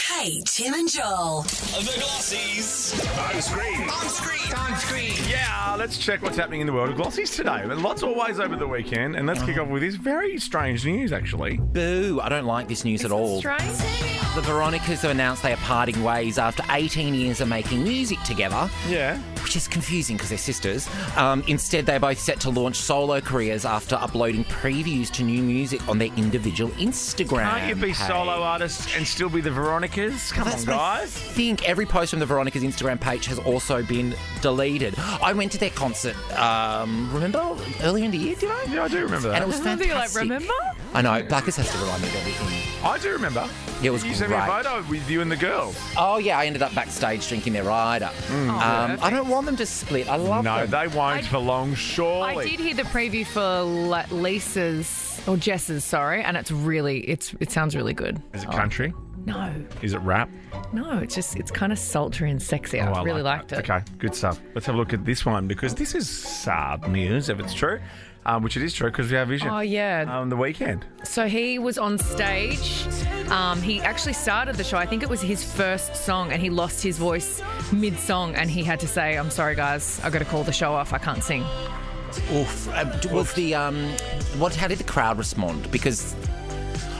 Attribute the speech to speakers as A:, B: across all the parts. A: Hey, Tim and Joel.
B: The Glossies.
C: On screen.
B: On screen. On screen.
D: Yeah, let's check what's happening in the world of glossies today. But lots always over the weekend, and let's kick off with this very strange news, actually.
E: Boo! I don't like this news at all. The Veronicas have announced they are parting ways after 18 years of making music together,
D: Yeah.
E: which is confusing because they're sisters. Um, instead, they're both set to launch solo careers after uploading previews to new music on their individual Instagram.
D: Can't you be
E: page.
D: solo artists and still be the Veronicas? Come on,
E: That's my
D: guys.
E: think every post from the Veronica's Instagram page has also been deleted. I went to their concert, um, remember, earlier in the year, did I?
D: Yeah, I do remember
E: And it
D: that.
E: was
F: Something like,
E: fantastic.
F: remember?
E: I know, Marcus has to remind me of everything.
D: I do remember.
E: Yeah, it was
D: You sent me a
E: great.
D: photo with you and the girls.
E: Oh yeah, I ended up backstage drinking their rider. um, I don't want them to split. I love
D: No,
E: them.
D: they won't
F: I-
D: for long, surely.
F: I did hear the preview for Le- Lisa's or Jess's, sorry, and it's really it's it sounds really good. Oh.
D: Is it country?
F: No,
D: Is it rap?
F: no, it's just it's kind of sultry and sexy. I,
D: Oh,
F: really
D: like
F: liked
D: that.
F: it.
D: Okay, good stuff. Let's have a look at this one because this is sad news if it's true, um, which it is true because we have vision.
F: Oh yeah.
D: On the weekend.
F: So he was on stage. Um, he actually started the show. I think it was his first song, and he lost his voice mid song, and he had to say, "I'm sorry, guys, I've got to call the show off. I can't sing."
E: Oof. Uh, d- was the um, what? How did the crowd respond? Because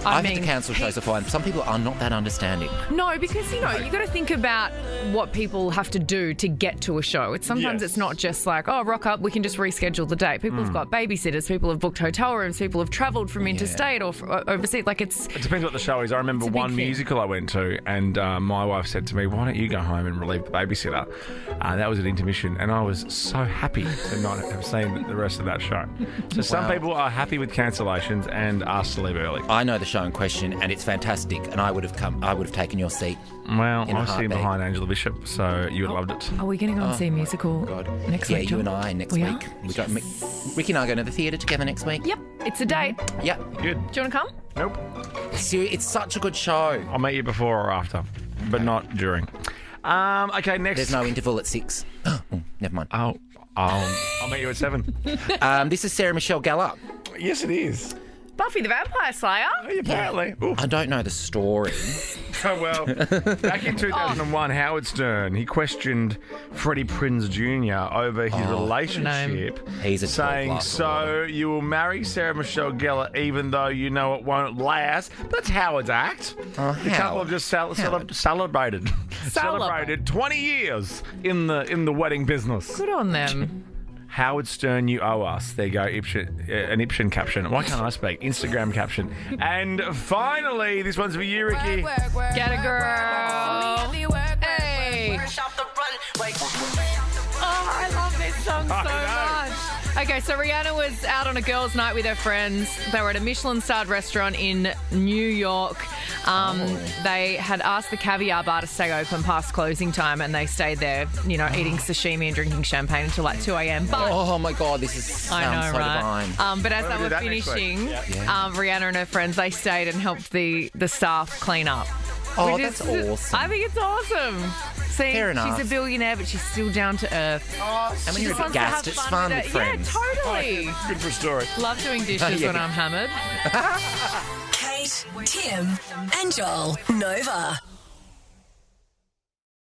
F: I
E: have
F: mean,
E: to cancel
F: he-
E: shows to find some people are not that understanding.
F: No, because you know you got to think about what people have to do to get to a show. It's sometimes
D: Yes.
F: it's not just like oh rock up, we can just reschedule the date. People
E: Hmm.
F: have got babysitters, people have booked hotel rooms, people have travelled from interstate or f- o- overseas. Like it's
D: It depends what the show is. I remember
F: It's a big
D: one
F: thing.
D: musical I went to, and uh, my wife said to me, "Why don't you go home and relieve the babysitter?" Uh, that was an intermission, and I was so happy to not have seen the rest of that show. So some
E: Wow.
D: people are happy with cancellations and asked to leave early.
E: I know the show in question, and it's fantastic. And I would have come. I would have taken your seat.
D: Well,
E: In a
D: I was sitting
E: heartbeat.
D: behind Angela Bishop, so you would have loved it.
F: are we going to go and see a musical
E: Oh God.
F: next
E: yeah,
F: week?
E: you
F: John?
E: and I next
F: We
E: week.
F: Are?
E: We got Mick- Ricky and I are going to the theatre together next week.
F: Yep, it's a date. Do
E: Yep.
D: Good.
F: you want to come?
D: Nope.
E: Siri, it's such a good show.
D: I'll meet you before or after, but not during. Um, okay, next.
E: There's no interval at six. oh, never mind.
D: Oh, I'll, I'll meet you at seven.
E: Um, this is Sarah Michelle Gellar.
D: yes, it is.
F: Buffy the Vampire Slayer.
D: Apparently. Ooh.
E: I don't know the story.
D: Oh, well, back in 2001, Howard Stern, he questioned Freddie Prinz Jr. over his relationship,
E: Oh, He's a tall
D: saying,
E: glass of
D: so
E: water."
D: you will marry Sarah Michelle Gellar even though you know it won't last. That's Howard's act.
E: Oh,
D: the couple
E: Howard.
D: have just cel- cel-
E: Howard.
D: celebrated, celebrated 20 years in the in the wedding business.
F: Good on them.
D: Howard Stern, you owe us. There you go, Ipshin, uh, an Ipshin caption. Why can't I speak? Instagram caption. And finally, this one's for you, Ricky.
F: Get a girl. Hey. Oh, I love this song so
D: I
F: much. Okay, so Rihanna was out on a girls' night with her friends. They were at a Michelin-starred restaurant in New York. Um, They had asked the caviar bar to stay open past closing time, and they stayed there, you know, eating sashimi and drinking champagne until like 2 a.m. But
E: Oh my god, this is sounds
F: I know,
E: so
F: right?
E: divine.
F: Um, but as
D: Why
F: they
D: don't we
F: were
D: do that next week?
F: finishing, um, Rihanna and her friends they stayed and helped the the staff clean up.
E: Oh,
F: Which is-
E: that's awesome.
F: I think it's awesome. See,
E: Fair enough.
F: she's a billionaire, but she's still down to earth.
E: I mean,
F: She
E: you're a
F: just
E: bit
F: wants to have
E: gassed. It's fun,
F: with
E: with
F: it.
E: friends.
F: Yeah, totally.
D: Good for Oh, a story.
F: Love doing dishes
E: Yeah.
F: when I'm hammered.
A: Kate, Tim, and Joel. Nova.